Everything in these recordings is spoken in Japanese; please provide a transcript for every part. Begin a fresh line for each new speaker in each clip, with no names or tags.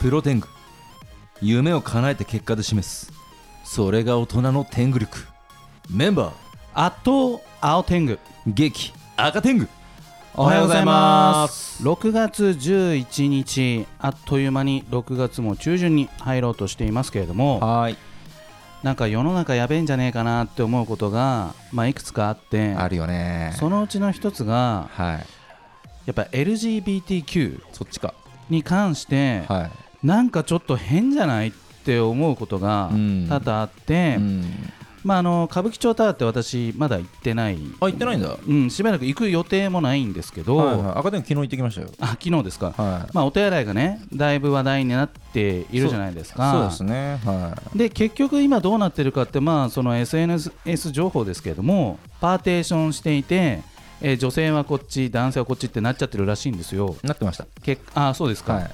プロテング夢を叶えて結果で示すそれが大人の天狗力メンバー
圧倒青天狗
激赤天狗
おはようございます6月11日あっという間に6月も中旬に入ろうとしていますけれども
はい
なんか世の中やべえんじゃねえかなって思うことが、まあ、いくつかあって
あるよね
そのうちの一つが
はい
やっぱ LGBTQ
そっちか
に関して、
は
なんかちょっと変じゃないって思うことが
うん
多々あっ
い
て、
うん
まあ、あの歌舞伎町タワーって私まだ行ってない、
あ行ってないんだは
うん、しばらく行く予定もないんですけど、
いはい赤天狗昨日行ってきましたよ
あ昨日ですか、
は
まあ、お手洗いがねだいぶ話題になっているじゃないです
いそう
か
ですねはい
で結局今どうなってるかって、まあ、その SNS 情報ですけれどもパーテーションしていて、えー女性はこっち男性はこっちってなっちゃってるらしいんですよ
なってました
けあそうですか、
はい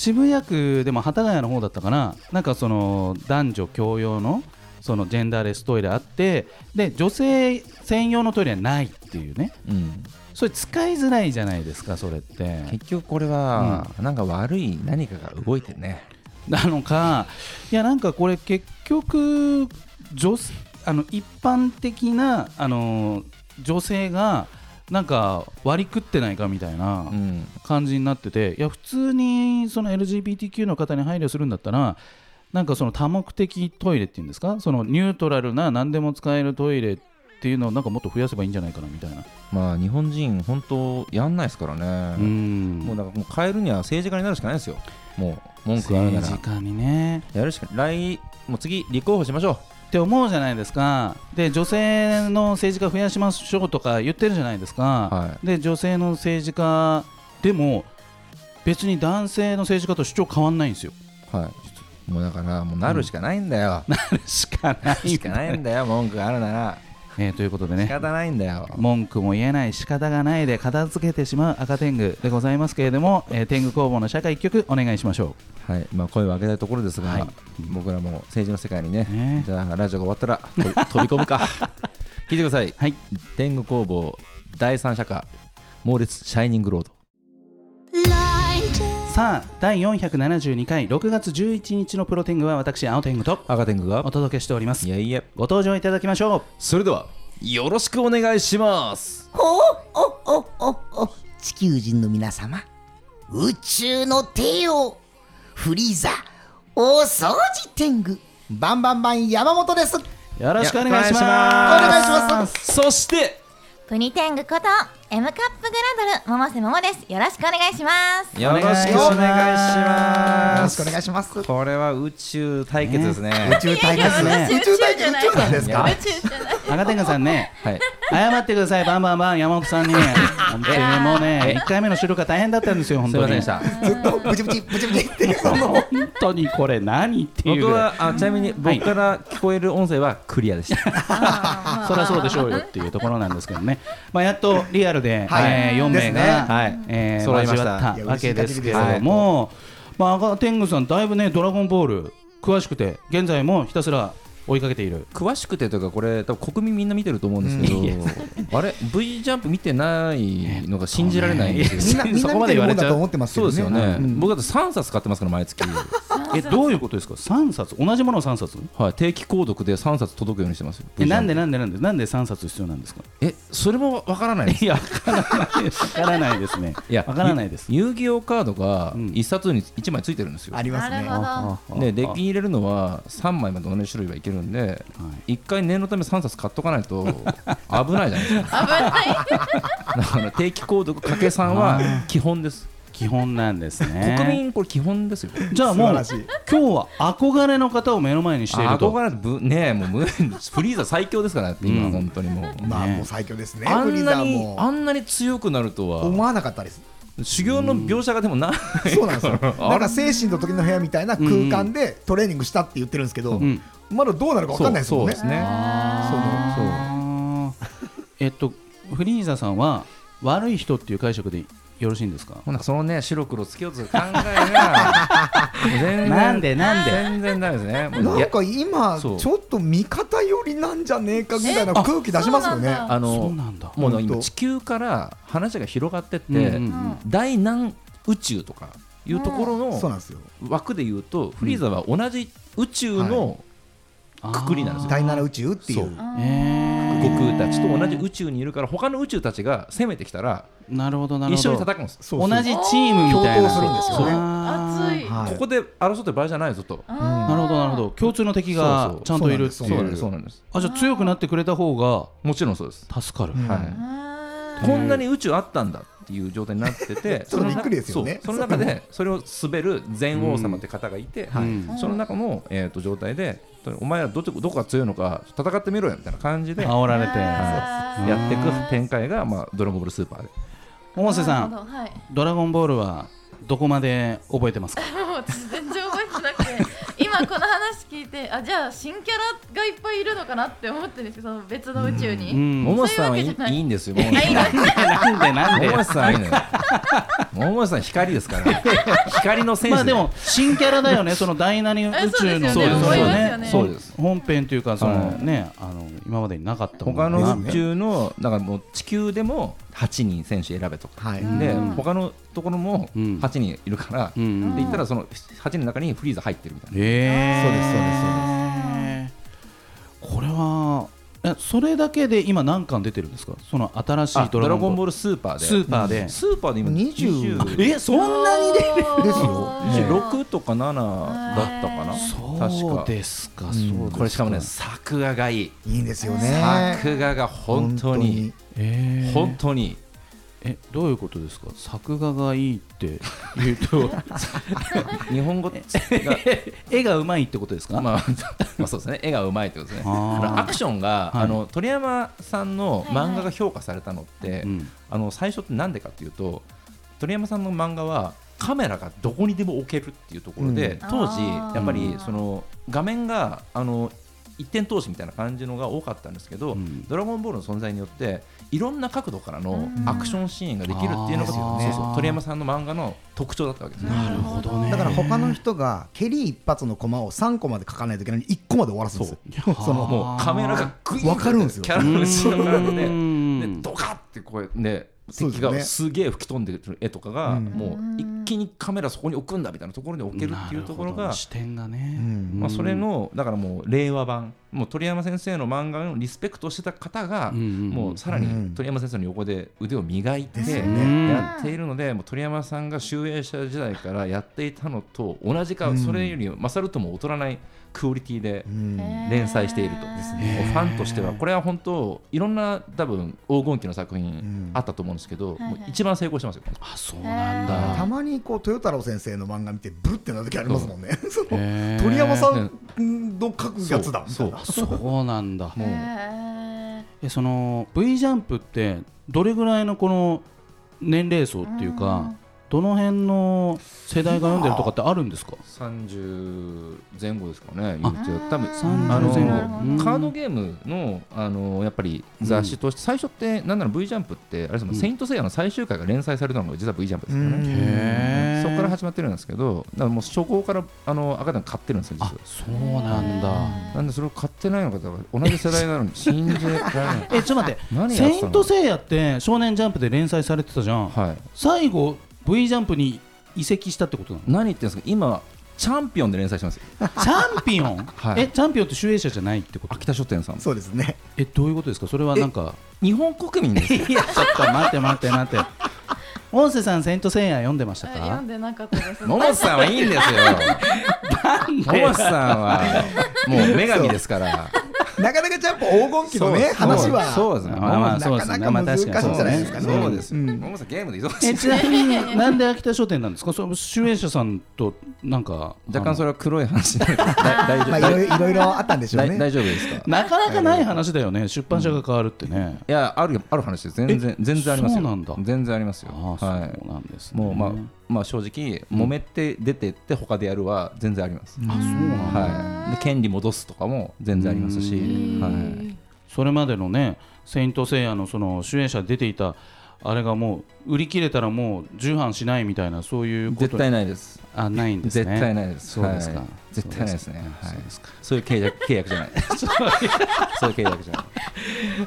渋谷区でも幡ヶ谷の方だったかななんかその男女共用のそのジェンダーレストイレあってで女性専用のトイレはないっていうね
うん
それ使いづらいじゃないですかそれって
結局これはなんか悪い何かが動いてるね
なのかいやなんかこれ結局女性あの一般的なあの女性がなんか割り食ってないかみたいな
うん
感じになってていや普通にその LGBTQ の方に配慮するんだったらなんかその多目的トイレっていうんですかそのニュートラルな何でも使えるトイレっていうのをなんかもっと増やせばいいんじゃないかなみたいな
まあ日本人本当やんないですから
う
ね
ん
もうだからもう変えるには政治家になるしかないですよもう文句あるな
政
ら
治家にね
やるしか来もう次立候補しましょ
って思うじゃないですかで女性の政治家増やしましょうとか言ってるじゃないですか、
は
で女性の政治家でも別に男性の政治家と主張変わんないんですよ
うはいもうだからもうなるしかないんだよ、な
しか ない
るしかないんだよ文句があるなら
えーということで
仕
ね
方ないんだよ
文句も言えない仕方がないで片付けてしまう赤天狗でございますけれども、えー天狗工房の社会一曲お願いしましょ
はいまあ声を上げたいところですが、
はい
僕らも政治の世界にね
ね
じゃあラジオが終わったらと飛び込む か聞いてくださいう
はい
天狗工房第三社会猛烈シャイニングロード
さあ第472回6月11日のプロ天狗は私青天狗と
赤天狗が
お届けしております
いやいや
ご登場いただきましょう
それではよろしくお願いします
ほおおおお地球人の皆様宇宙の帝王フリーザお掃除天狗バンバンバン山本ですお
よろしくお願いしま
い
す。
やお
願いし
ま
ます
そして
プニテングこと M カップグラドル百瀬桃ですよろしくお願いします
よろしくお願いし
お願
ま
よろ
す
しくお願いします宇
これは宇宙対決ですね
宙対決
ね
宇宙対決宇宙なんですか
す。赤天狗さんね、
はい
謝ってください。バンバンバン山本さんに。本当にねもうね、一回目の収録が大変だったんですよ。本
すいま
当
せん
に
でし。た
ずっとブチブチブチブチっていう
本当にこれ何っていう
僕
ぐら
はあちなみに僕から聞こえる音声はクリアでした
い。そりゃそうでしょうよっていうところなんですけどね。まあやっとリアルで、
はい
え4名
ね
が、
はい
えー
揃いまし
交
た
わっ
い
た
や
わけですけ
嬉しい限り
れど
です
も、まあ赤天狗さんだいぶねドラゴンボール詳しくて現在もひたすら追いかけている。
詳しくてというかこれ多分国民みんな見てると思うんですけど、あれ V ジャンプ見てないのが信じられ ないんです
みん
よ
なみんな見てるもんだと思ってますけ
そう
ど
ですよね、
うん
僕だって3冊買ってますから毎月
えどういうことですか？3冊同じものを3冊？
はい定期購読で3冊届くようにしてますよ
えなん
で
でなんでなんでなんで3冊必要なんですか
えそれもわからないです
いや、わからないです。わから ないですね。
いや
わからないです。
遊戯王カードが
うん
1冊に1枚ついてるんですよ、
ありますね
なるほど
でデッキに入れるのは3枚まで同じ種類はいけるんで、1回念のため3冊買っとかない と危ないじゃないですか危ないだから定期購読かけ3は基本です
基本なんですね。
国民これ基本ですよ
じゃあもう
素晴
今
らし
日
い
は憧れの方を目の前にしていると。
憧れてぶねえもう無 フリーザ最強ですから今、
うん
本当にもう、
まあもう最強ですね
あ
フリ
ん
ー
な
ザ
に
も
あんなに強くなると
思
は
わなかったです
修行の描写がでもない、
そうなんですよ
あ
なんか精神と時の部屋みたいな空間でトレーニングしたって言ってるんですけど
ん
まだどうなるか分かんないですもんね
そうそうですね
あーえっとフリーザさんは悪い人っていう解釈でよろしいんですか？
ほなそのね白黒つけようとする考えが全 然
なんでなんで
全然ダメですねもうい
な
や
んか今ち
そう
ょっと味方寄りなんじゃねえかみたいな空気出しますよね。
あ
そう
の
なんだ。
もうね
本当
今地球から話が広がってって、
うんうんうん
第何宇宙とかいうとこ
そ
ろ
うな
の
んですよ
枠で言うとフリーザは同じ宇宙のくくりなんですよ
第七宇宙ってい
そうう
うん
え
悟空たちと同じ宇宙にいるから他の宇宙たちが攻めてきたら
なるほどなる
一
ほ
緒
ど
に戦うんですよ
そうそう
同じチームみたい
共
な
闘するんですよね
あー
熱い
はい
ここで争ってる場合じゃないぞと
なるほどなるほど共通の敵
そう
が
そう
ちゃんといるって
そ
そ
いう
な
う
んですそうなんです
あじゃあ強くなってくれた方が
もちろんそうです、
助かる、
うん
は
う
い、
あ
こんなに宇宙あったんだっていう状態になって て
ちょっとびっくりですよね
その中そうその中でそれを滑る禅王様って方がいて、
はい
うんその中の、えー、と状態でお前らどっちどこが強いのか戦ってみろよみたいな感じで、は
煽られて、
い、やっていく展開が、まあ、ドラゴンボールスーパーで
百瀬さ
なる
ん
ほどはい
「ドラゴンボール」はどこまで覚えてますか
もう私全然覚えてなくて今この話聞いてあじゃあ新キャラがいっぱいいるのかなって思ってるんですけどその別の宇宙に、
うん
桃瀬さんはいい
そういうわけじゃない
いいんですよ桃瀬さん
なんでなんで
桃瀬さんはいいのよ桃瀬さん光ですから 光の戦士
まあでも新キャラだよね、その第七宇宙の
えそう
そう
ですよね
ですよ
ね
そ
そうう
で
ですす
本編というかその
はい
ね、あの今までになかったも
他
の
の宇宙のだからもう地球でも8人選手選べとか
はい
で他のところも
うん
8人いるからって
うんうん
言ったらその8人の中にフリーザ入ってるみたいな
え
そうですそうです
そうですこれはえそれだけで今何巻出てるんですかその新しい
あ
ド
ドラゴ
ラゴン
ンボ
ボ
ー
ール
ルスーパーで
スーパーで
スーパーで今
20
20
えそんなにで
ですよ
26とか7だったかな確
そう
か
ですか、
ん
そうです
これしかもね作画がいい
いいんですよね
作画が本当に
えー
本当に
えどういうことですか作画がいいって言う と
日本語が
絵がうまいってことですか、
まあ まあそうですね絵がうまいってことですねあのア
あ
クションが、
はい
あの鳥山さんの漫画が評価されたのって、
ーうん
あの最初ってなんでかっていうと鳥山さんの漫画はカメラがどこにでも置けるっていうところで、
うん
当時
あー
やっぱりその画面があの一点投資みたいな感じのが多かったんですけど、
うん
ドラゴンボールの存在によっていろんな角度からのアクションシーンができるっていうのが、
うんあー
そうそう鳥山さんの漫画の特徴だったわけですね。
なるほどね
だから他の人が蹴り一発の駒を3個まで書かないといけないのに1個まで終わらすんですよ
そう
その
もうカメラがグイーンと
わかるんですよ
キャラの後ろからで
う
ね
ん
でドカってこうね
そうですね
敵がすげえ吹き飛んでる絵とかが、
うん
もう一気にカメラそこに置くんだみたいなところに置けるっていうところ
なるほど
が、
視点がね、
うん
まあ、それのだからもう令和版もう鳥山先生の漫画のリスペクトしてた方が、も
も
うさら
うん
に鳥山先生の横で腕を磨いて、
ですよ
ねうん
やっているのでもう鳥山さんが集英社時代からやっていたのと同じか、
うん
それより勝るとも劣らないクオリティで
うん
連載していると
です
もうファンとしてはこれは本当いろんな多分黄金期の作
ん
品あったと思うんですけど、
いはい
もう一番成功してますよ。
あそうなん
た
だ、
まにこう豊太郎先生の漫画見てブルってなる時ありますもんねその
へー
鳥山さんの書くやつだみたいな
そうなんだ
もう
えその V ジャンプってどれぐらいのこの年齢層っていうかどの辺の世代が読んでるとかってあるんですか
30前後ですかね、言うて多分
30
あの
前
後
うん
カードゲームのあのやっぱり雑誌として、最初って、なんなら V ジャンプって、あれですもん、
うん
セイント・セイヤの最終回が連載されたのが実は V ジャンプです
う
からね、
ん
へー
そこから始まってるんですけど、だからもう初号からあの赤ちゃん買ってるんですよ、実
あ
は。
そうなんだ
なんでそれを買ってないのか、だから同じ世代なのに信 じられない。
えちょっと待って「
何やっ
セ
て
イ
た
ント・
の
セイヤ」って「少年ジャンプ」で連載されてたじゃん
はい
最後 V ジャンプに移籍したってこ となの
何言ってんですか今チャンピオンで連載してますよ
チャンピオン、
はい
えチャンピオンって集英社じゃないってこと
秋田書店さん
そうですね
えどういうことですかそれはなんか
日本国民 ですよ
いやちょっと待って待って待って音声さん「セイント・セイヤ」読んでました
え読
か
んでなかったです
桃瀬さんはいいんですよ桃瀬さんはもう女神ですから
なかなかジャンプ黄金期のね話は
そうですね
まあまあ
なかなか難しいんじゃないですかね
そうですよ
ん
桃瀬さんゲームで忙し
え
い
ちなみになんで秋田書店なんですかその集英社さんとなんか
若干それは黒い話でだ大
まあい
丈
ろ
夫
いろいろいろあったんでしょう
大
ね
大丈夫ですか
あのなかなかない話だよね出版社が変わるってね、
いやあるよある話です全然全然ありますよ
そうなんだ
全然ありますよ
ああそう
はい
なんですね、
もうまあまあ正直揉めて出てって他でやるは全然あります
あそうなんだ、
はい、で権利戻すとかも全然ありますし、はい、
それまでのね「セイント・セイヤ」のその主演者で出ていたあれがもう売り切れたらもう重版しないみたいなそういうこと
絶対ないです
あないんですね
絶対ないです
そうですか、
はい絶対ないですねはい
そうですか
そういう契約契約じゃない そういう契約じゃ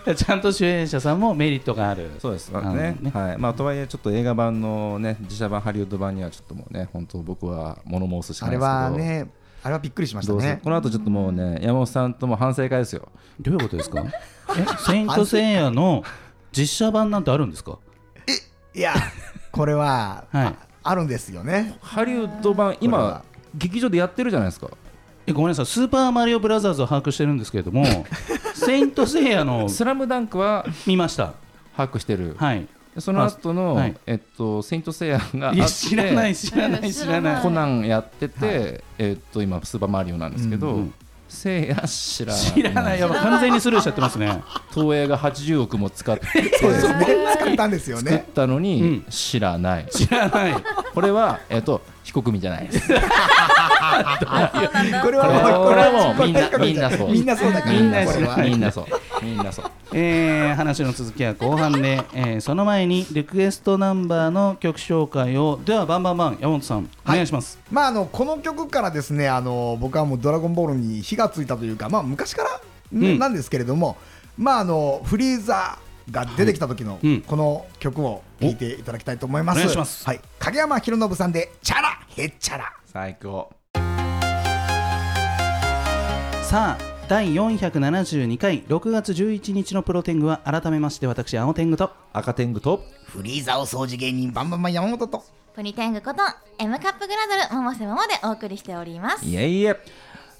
ない
ちゃんと主演者さんもメリットがある
そうです
あの
ね
ね
はいまあ、とはいえちょっと映画版のね自社版ハリウッド版にはちょっともうね本当僕は物申すしか
あ
ない
れ
ですけど
はねあれはびっくりしました
どうする
ね
この後ちょっともうね山本さんとも反省会ですよ
どういうことです かえセイントセイヤの実写版なんてあるんですか
いやこれは、
はい
ああるんですよね
ハリウッド版
これ
今
は
劇場でやってるじゃないですか
えごめんなさいスーパーマリオブラザーズを把握してるんですけれど もセイントセイヤの
スラムダンクは
見ました
把握してる、
はい
その後の、
はい
えっと、セイントセイヤがあっ
い
て
や知らない知らない知らない
コナンやってて、えっと今スーパーマリオなんですけど、
うんうん
セイヤ知ら
知らないやばい完全にスルーしちゃってますね
東映が80億も使 って
そうですね使ったんですよ
作っ
ね
たのに、
うん
知らない
知らない
これは、えっと、非国民じゃない です
これはもう
これはも
これ
うみんな
これ
みんなそう
みんなそうだから
みんな
これは
そうみんなそうみんなそう
えー話の続きは後半で、えーその前にリクエストナンバーの曲紹介をではバンバンバン山本さんお願いします、
まああのこの曲からですねあの僕はもう「ドラゴンボール」に火がついたというかまあ昔から
うん
なんですけれども、まああのフリーザーが出てきた時の
うん
この曲を聴いていただきたいと思います。
お願いします
はい、影山博信さんでチャラへっちゃら。
最高
さあ第472回6月11日のプロテングは改めまして私青天狗と
赤天狗と
フリーザお掃除芸人
バンバンバン山本と
プリテングこと M カップグラドル百瀬桃でお送りしております
いえいえ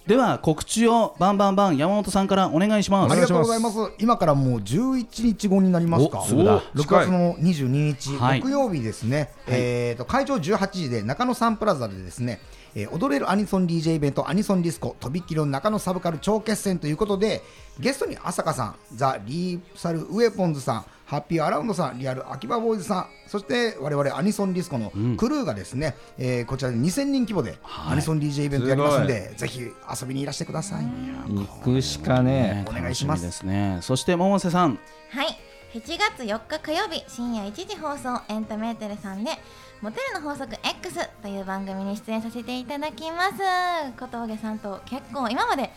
では告知をバンバンバン山本さんからお願いします
ありがとうございます。今からもう11日後になりますか。
おすぐだ
6月の22日、
はい
木曜日ですね。えっと会場18時で中野サンプラザでですね。えー踊れるアニソン DJ イベントアニソンディスコとびっきりの中野サブカル超決戦ということでゲストに朝香さんザ・リーサル・ウェポンズさんハッピーアラウンドさんリアル秋葉ボーイズさんそして我々アニソンディスコのクルーがですね、えーこちらで2000人規模でアニソン DJ イベントやりますんで、ぜひ遊びにいらしてください。
行くしかね
お願いします
楽みですねそして百瀬さん
はい7月4日火曜日深夜1時放送エンタメーテレさんでモテるの法則 X という番組に出演させていただきます小峠さんと結構今まで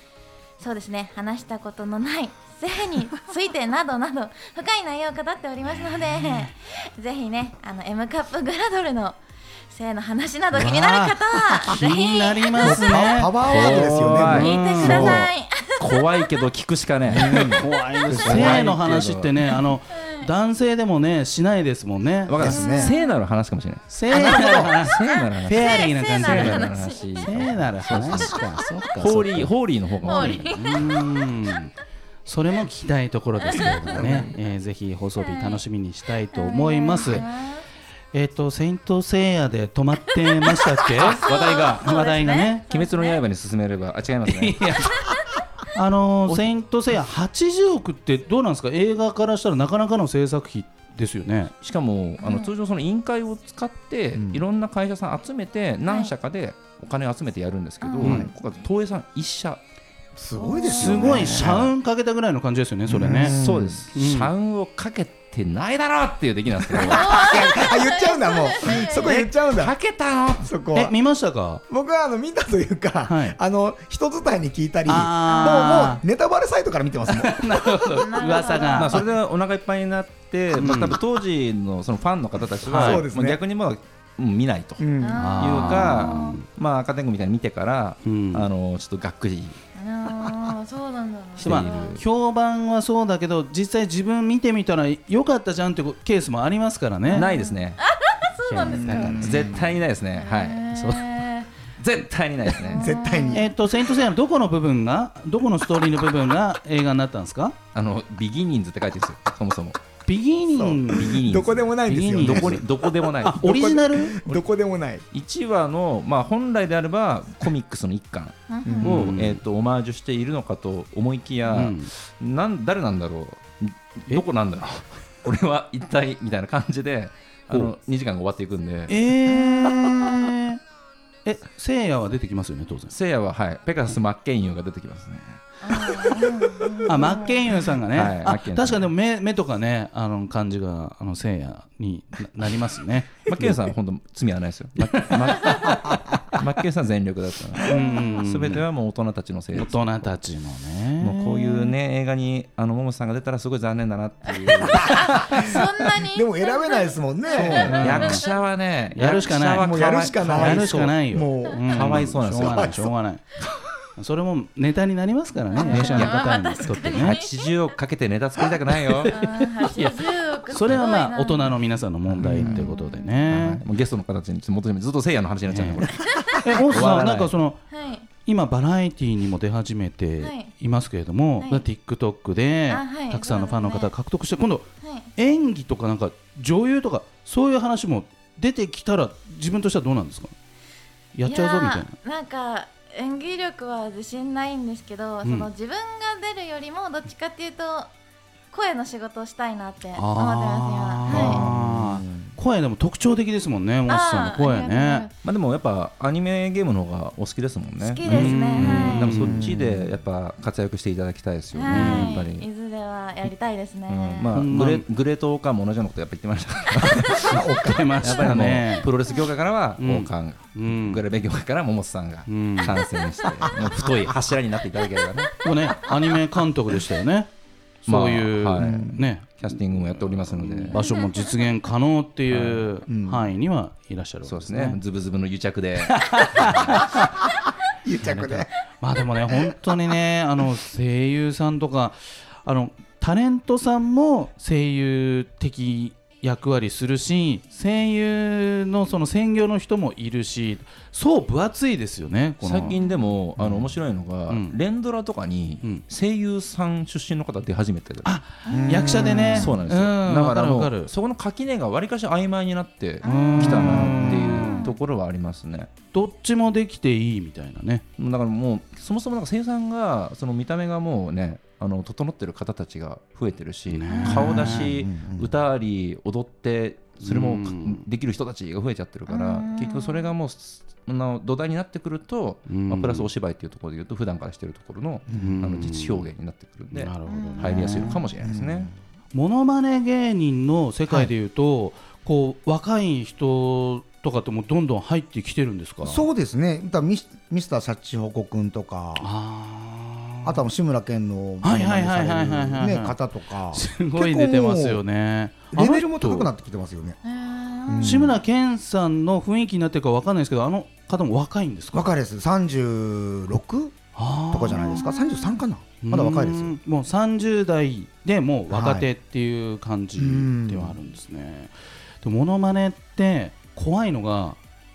そうですね話したことのない性についてなどなど深い内容を語っておりますので ぜひねあの M カップグラドルの性の話など気になる方は
気
ぜ
に
ひ
なりますね
パワーワードですよね。
怖い
聞いてください
怖いけど聞くしかね
怖いです性の話ってねあの男性でもねしないですもんね
えわかる
ですね
聖なる話かもしれない
性の話
聖なる
フ
話
ェアリーな感じ
聖
で
なる
ね
話
聖なる話かそっか
ホーリーホーリーの方が多いね
うーんそれも聞きたいところですけれど もね、えーぜひ放送日楽しみにしたいと思います。えっ、と、セイントセイヤで止まってましたっけ話題が。話題がね。
鬼滅の刃に進めればあ違いますね
あのーセイントセイヤ80億ってどうなんですか映画からしたらなかなかの制作費ですよね。
しかもあの通常その委員会を使っていろんな会社さん集めて何社かでお金を集めてやるんですけど
ん
今回東映さん一社
すごいです
す
よね。
ごい、社運かけたぐらいの感じですよね、それね。
そうです
うん
社運をかけてないだろうっていう出来なんですけど
あ 言っちゃうんだもうそこ言っちゃうんだ
かけたの
そこ
え
は、
見ましたか
僕はあの見たというか、
はい
あの人伝いに聞いたりもうも
あー
うネタバレサイトから見てますもん
なるほど、噂
まあ、
が
そ。れでお腹いっぱいになって、
ん
まあ、多分当時のそのファンの方たち
はい
は、
そうですね
まあ逆にまだ、うん見ないといううんか、まあ、赤天狗みたいに見てから、
うん
あのちょっとがっくり
あーそうなんだな
している、
まあ、評判はそうだけど実際自分見てみたら良かったじゃんってこケースもありますからね。
ないいですね、
そうなんですか
うん絶対にないですね、はい、そう
へー
絶対にないですね、
絶対に
えっ、とセイントセイヤのどこの部分がどこのストーリーの部分が 映画になったんですか？
あのビギニンズって書いてるんですよ、そもそも、
ビギニング
ビギニンズ、
どこでもないんですよ
ビギ
ど
ニン
こにどこでもない、
あオリジナル？
どこでもない
1話の、まあ、本来であれば、コミックスの1巻を、
うん
えー、とオマージュしているのかと思いきや、
うん
なん誰なんだろう どこなんだろう俺は一体みたいな感じであの2時間が終わっていくんで
えー、え聖夜は出てきますよね当然
せいやははいペガサスマッケンユーが出てきますね
あマッケンユーさんがね、
はいマ
あ
ッケンユ
確
ーさん
かにでも目目とかねあの感じがあの聖夜にななります ね
マッケンユーさんは本当罪はないですよマッマッマッケンユーさん全力だった
う
な全てはもう大人たちのせい
大
です
人たちのね
もうこういうね映画にあのモモさんが出たらすごい残念だなっていう
そんなに
でも選べないですもんね。
役者はね
やるしかな
役
い
者は
もうやるしかない。
やるしかないよ
もう
うん
かわいそうなんですよ
しょうがないしょう がないそれもネタになりますからね役者の方にとってね
80億かけてネタ作りたくないよ
80億
それはまあ大
すごい
人の皆さんの問題ってことで
は
ね
いもうゲストの形に元締めずっとせいやの話になっちゃうねこれ
え大津
終わ
さ
ら
ん
ない
なんかその
なはい
今バラエティーにも出始めて
はい
いますけれども、
はい
だから TikTok で
あはい
たくさんのファンの
そう
方
ですね
獲得して、今度
はい
演技とかなんか女優とかそういう話も出てきたら自分としてはどうなんですかやっちゃうぞみたいな
やーなんか演技力は自信ないんですけど、その自分が出るよりもどっちかっていうと声の仕事をしたいなって思ってます今はい
あー声でも特徴的ですもんねモスさんの
ー
声
ありが
ね
と
まあでもやっぱアニメゲームの方がお好きですもんね
好きですねはい
でもそっちでやっぱ活躍していただきたいです
う
よ
ご
ね
ざい
やっ
ます
ぱ
はい、い
り
ずれはやりたいですね、
うんまあ
うん
グレグレートオーカーも同じようなことやっぱ言ってましたから
出ま
や
し
っぱり
た
あの
ね
プロレス業界からはオ
うん
ーカーが
うん
グレベ業界からは桃瀬さんが
うん
参戦してもう太い柱になっていただけ ればね
もうねアニメ監督でしたよね
まあ
そういう、
はい
ね
キャスティングもやっておりますので
場所も実現可能っていう範囲にはいらっしゃるわけ
そうで
で
すす
ね
ね。ズブズブの癒着 で
癒着で。
まあでもね、本当にね、 あの声優さんとか、あのタレントさんも声優的役割するし、声優のその専業の人もいるし、そう分厚いですよね。この
最近でもあの面白いのが
うん
連ドラとかに声優さん出身の方出始めてる
役者でね、
そうなんですよだ
だ
か
かららわ
も
かる
う。そこの垣根がわりかし曖昧になってきたなっていうところはありますね
どっちもできていいみたいなね。
だからもうそもそもなんか声優さんがその見た目がもうねあの整ってる方たちが増えてるし
ね
顔だし歌あり踊ってそれもか
うん
できる人たちが増えちゃってるから
うん
結局それがもうすあの土台になってくると
うん
まあプラスお芝居っていうところでいうと普段からしてるところの
あ
あの実表現になってくるんで
なるほどね。
入りやすいのかもしれないですね。
モノマネ芸人の世界でいうと、こう若い人とかってもうどんどん入ってきてるんですか。
そうですね。だからミスミスターシャチホコ君とか、
あー
あとはもう志村けんの
はいはいはいはいはいはい
モノマネされるね方とか、
すごい出てますよね。
レベルも高くな
っ
ってきてますよね。
うん
志村けんさんの雰囲気になってるかわかんないですけど、あの方も若いんですか。
若いです。三十六と
と
かじゃないですか。三十三かな。まだ若いですよ。。
もう三十代でもう若手っていう感じではあるんですね。でモノマネって怖いのが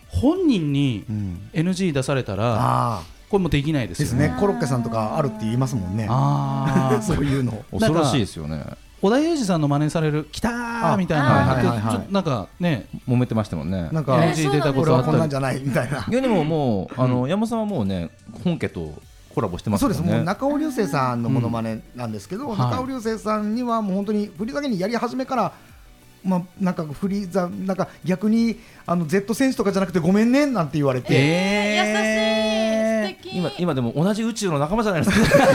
本人に
うん。
NG 出されたら
ああ
これもうできないで
ですす
よね。
ね。コロッケさんとかあるって言いますもんね。。
ああ
そういうの。
んか
恐ろしいですよね。
織田裕二さんの真似されるきたーみたい
あはいはいはいは
ないちょっとなんかね
揉めてましたもんね。
なんか
NG 出たこ
俺
とあ
は
っ
こ
たり
んなんじゃないみたい な。
いやでももうあの山本さんはもうね本家とコラボしてます
そう
も
んで
ね。
すもう中尾隆聖さんのものまねなんですけど、
うん
中尾隆聖さんにはもう本当に振りだけにやり始めから、まあ、なんかフリーザなんか逆にあの Z 選手とかじゃなくてごめんねなんて言われて、
えー、優しい素敵
今今でも同じ宇宙の仲間じゃないですか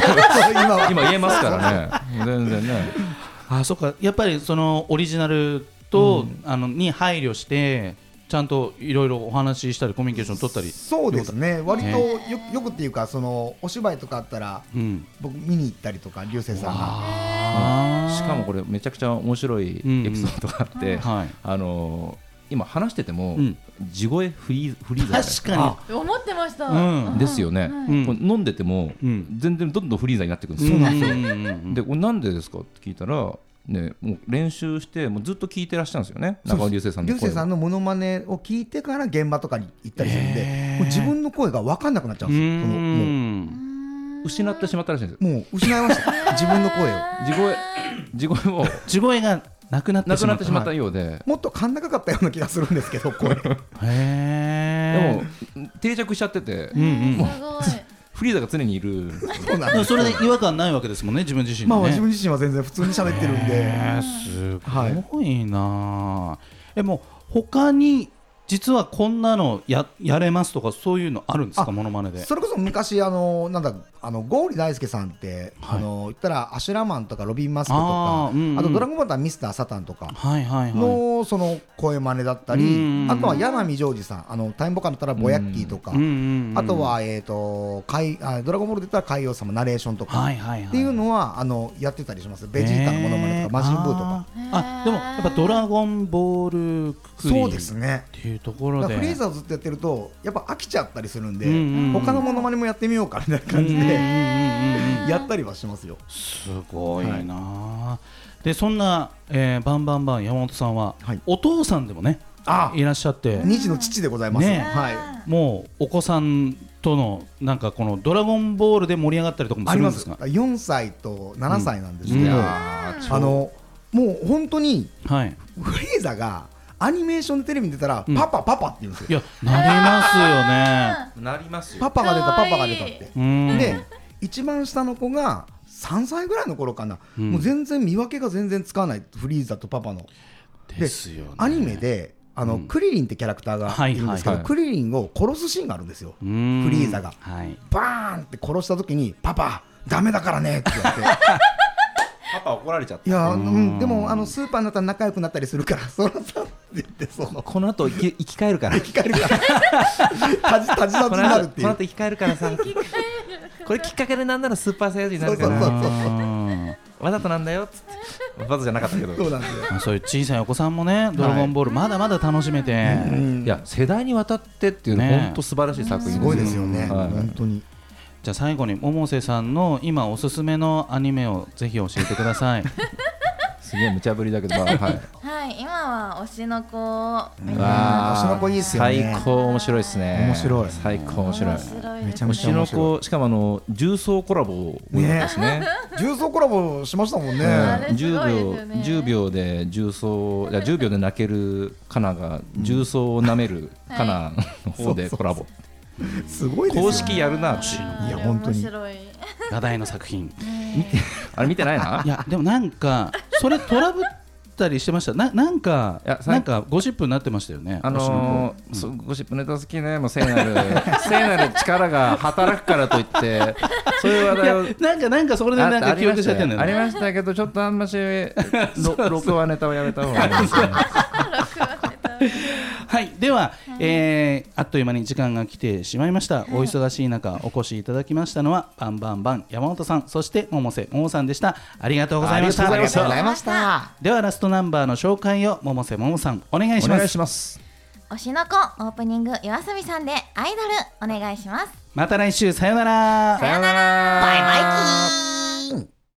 今
今言えますからね全然ね
あそっかやっぱりそのオリジナルと、あのに配慮してちゃんといろいろお話ししたりコミュニケーション取ったり
そうですね割と
ね
よよくっていうかそのお芝居とかあったら
うん
僕見に行ったりとか隆聖さんが
あ
しかもこれめちゃくちゃ面白いエピソードがあって、
れはい
あのー今話してても、
うん
地声フリーフリーザーじゃないです
確か
思ってました、
うん
う
ですよね、
うん
これ飲んでても、
うん
全然どんどんフリーザーになってくるんで
に
すよ、
うんうんうん
でこれなんでですかって聞いたら、ね、もう練習してもうずっと聞いてらっしゃるんですよね中尾流星さんの
隆
声
聖
を
さんのものまねを聞いてから現場とかに行ったりするんで、もう自分の声が分かんなくなっちゃう
うん
ですよそのもうん
失ってしまったらしいんですよ
もう失いました 自分の声を。
地声地声を
地声がなくなって
な
し
く
ま
な
っ
ったてしまったようで、
もっと甲高かったような気がするんですけど、 声。
へー
でも定着しちゃってて、
うん
すごい
フリーザーが常にいる
そうなん
う
で
ん、
す
それで違和感ないわけですもんね自分自身
まあ
の
まあ自
ね、
分自身は全然普通に喋ってるんで、
えーすごいなあ、えもう他に実はこんなのややれますとかそういうのあるんですか
あ
モノマネで
それこそ昔あのなんだあの郷里大輔さんって、
は
あ
い
の言ったらアシュラマンとかロビンマスクとか
あ
あ,、
ーうんうん
とドラゴンボールはミスターサタンとか
はいはいはい
の、その声真似だったり、
うん
あとは山見ジョージさんあのタイムボカンだったらボヤッキーとか、
うんうんうん
あとはえっ、と海あドラゴンボールで言ったら海王様ナレーションとか、
はいはいはい
っていうのはあのやってたりしますベジータのモノマネとかマジンブーとか
えーあーあでもやっぱドラゴンボールくくり
そうですね
っていうところ
だか
で
らフリーザをずっとやってるとやっぱ飽きちゃったりするんで、
うんうんうん
他のモノマネもやってみようかみたいな感じで、
うんうんうんう ん
やったりはしますよ。
すごいなあ、でそんな、えーバンバンバン山本さんは、
はい
お父さんでもね
あ
いらっしゃって
二児の父でございます。
ね
はい。
もうお子さんとのなんかこの「ドラゴンボール」で盛り上がったりとかも
あ
す
り
る
ま
んですすか。
四歳と七歳なんですけ
う
ど、
んい
やー
あのもう本当に
はい、
フリーザがアニメーションテレビに出たら、
うん
パパパパって言うんです
い
よ。
やなりますよね。
なりますよ
パパが出た
かわ
パ
いい
パが出たって。
うん
で一番下の子が三歳ぐらいの頃かな、
うん
もう全然見分けが全然つかないフリーザとパパの。
ですよね。
アニメであの、
うん
クリリンってキャラクターがいるんですけど、
はいはいはい
クリリンを殺すシーンがあるんですよ。
うーん
フリーザが
はい、
バーンって殺した時にパパダメだからねって言われて。
パパ怒られちゃっ
い
た
やー
うん
うん、でもあのスーパーになったら仲良くなったりするから、 そらさんって言って、その、
この後生き生き返る から
生き返 るから、たじたじた
こ
じに
の
なる
後
って
こ
い
の
う
後、生き返るからさこれきっかけでなんならスーパーサイヤ人になるか
そう
ら
そう
うん
わざとなんだよっつってわざとじゃなかったけど
そうなんですよ。
まあそういう小さいお子さんもね「ドラゴンボール」まだまだ楽しめて、
いや世代にわたってっていうの
ね
本当素晴らしい作品
すごいですよね、
はい
本当に。
じゃあ最後に百瀬さんの今おすすめのアニメをぜひ教えてください。
すげえ無茶ぶり だけどまあはい
はい、今は推しの子を見て
わ
あー
推しの子いいっすよね
最高面白いですね
面白い
最高面白い
面白い
め
で
ち
す
ゃ。め
推
ち
し
ゃ面
の
白い。
子しかもあの重曹コラボですね
重曹コラボしましたもんね。
あ
あ
れすごいですよ
10
ね
秒10秒で重曹い や10秒で泣けるカナが重曹を舐めるカナの方でコラボ
すごいですよ
公
ね。
式やるな
あれいや本当に
面白い。
画題の作品
あれ見てないない
やでもなんかそれトラブったりしてましたななんか
いやさい
なんかゴシップになってましたよね
あのーそうゴシップネタ好きね、もう聖なる 聖なる力が働くからといって、そういう話
推し
題
の
を
子いやなんかなんかそれでなん
ああ
か
り
記
ま
憶し
し
ちゃったてんだ
よあり
よね
ましたけど、ちょっとあんまし ろ録話ネタはやめた方がいいですね。
はいでは、えーあっという間に時間が来てしまいました、お忙しい中お越しいただきましたのはバンバンバン山本さんそして百瀬桃さんでしたありがとうございました
ありがとうございました。
ではラストナンバーの紹介を百瀬桃さんお願いし
お
ま
願い
す
します。
推しの子オープニング夜遊びさんでアイドルお願いします
また来週さようなら
さよならバイバイキー